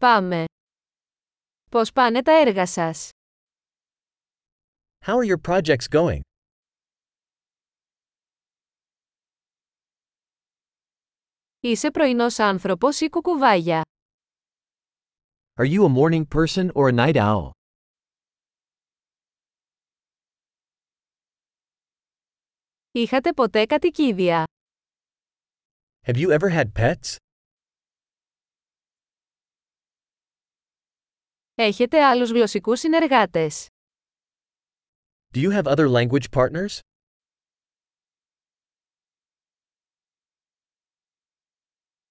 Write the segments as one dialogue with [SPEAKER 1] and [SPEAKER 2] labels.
[SPEAKER 1] Πάμε. Πώς πάνε τα έργα σας?
[SPEAKER 2] How are your projects going?
[SPEAKER 1] Είσαι πρωινός άνθρωπος ή κουκουβάγια.
[SPEAKER 2] Are you a morning person or a night owl?
[SPEAKER 1] Είχατε ποτέ κατοικίδια.
[SPEAKER 2] Have you ever had pets?
[SPEAKER 1] Έχετε άλλους γλωσσικούς συνεργάτες.
[SPEAKER 2] Do you have other language partners?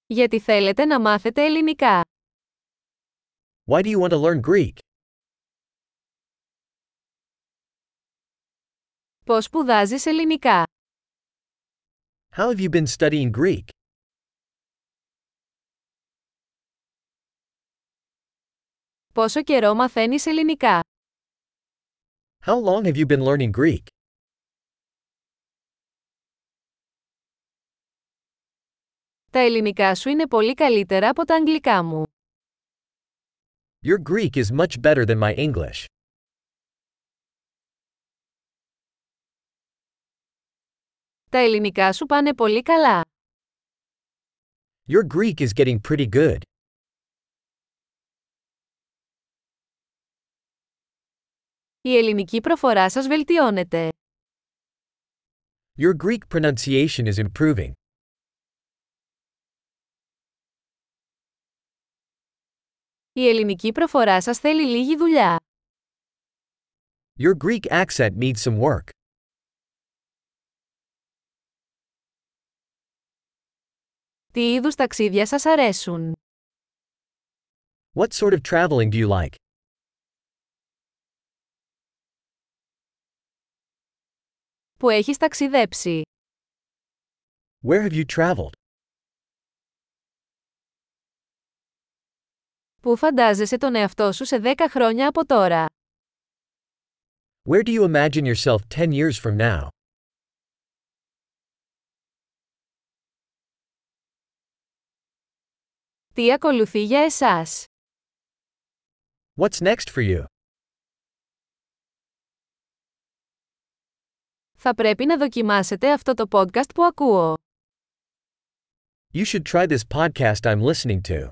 [SPEAKER 1] Γιατί θέλετε να μάθετε ελληνικά.
[SPEAKER 2] Why do you want to learn Greek?
[SPEAKER 1] Πώς σπουδάζεις ελληνικά.
[SPEAKER 2] How have you been studying Greek?
[SPEAKER 1] Πόσο καιρό μαθαίνεις ελληνικά.
[SPEAKER 2] How long have you been learning Greek?
[SPEAKER 1] Τα ελληνικά σου είναι πολύ καλύτερα από τα αγγλικά μου.
[SPEAKER 2] Your Greek is much better than my English.
[SPEAKER 1] Τα ελληνικά σου πάνε πολύ καλά.
[SPEAKER 2] Your Greek is getting pretty good.
[SPEAKER 1] Η ελληνική προφορά σας βελτιώνεται.
[SPEAKER 2] Your Greek pronunciation is improving.
[SPEAKER 1] Η ελληνική προφορά σας θέλει λίγη δουλειά.
[SPEAKER 2] Your Greek accent needs some work.
[SPEAKER 1] Τι είδους ταξίδια σας αρέσουν.
[SPEAKER 2] What sort of traveling do you like?
[SPEAKER 1] Που έχεις ταξιδέψει.
[SPEAKER 2] Where have you traveled?
[SPEAKER 1] Πού φαντάζεσαι τον εαυτό σου σε 10 χρόνια από τώρα.
[SPEAKER 2] Where do you imagine yourself 10 years from now?
[SPEAKER 1] Τι ακολουθεί για εσάς.
[SPEAKER 2] What's next for you?
[SPEAKER 1] Θα πρέπει να δοκιμάσετε αυτό το podcast που ακούω.
[SPEAKER 2] You should try this podcast I'm listening to.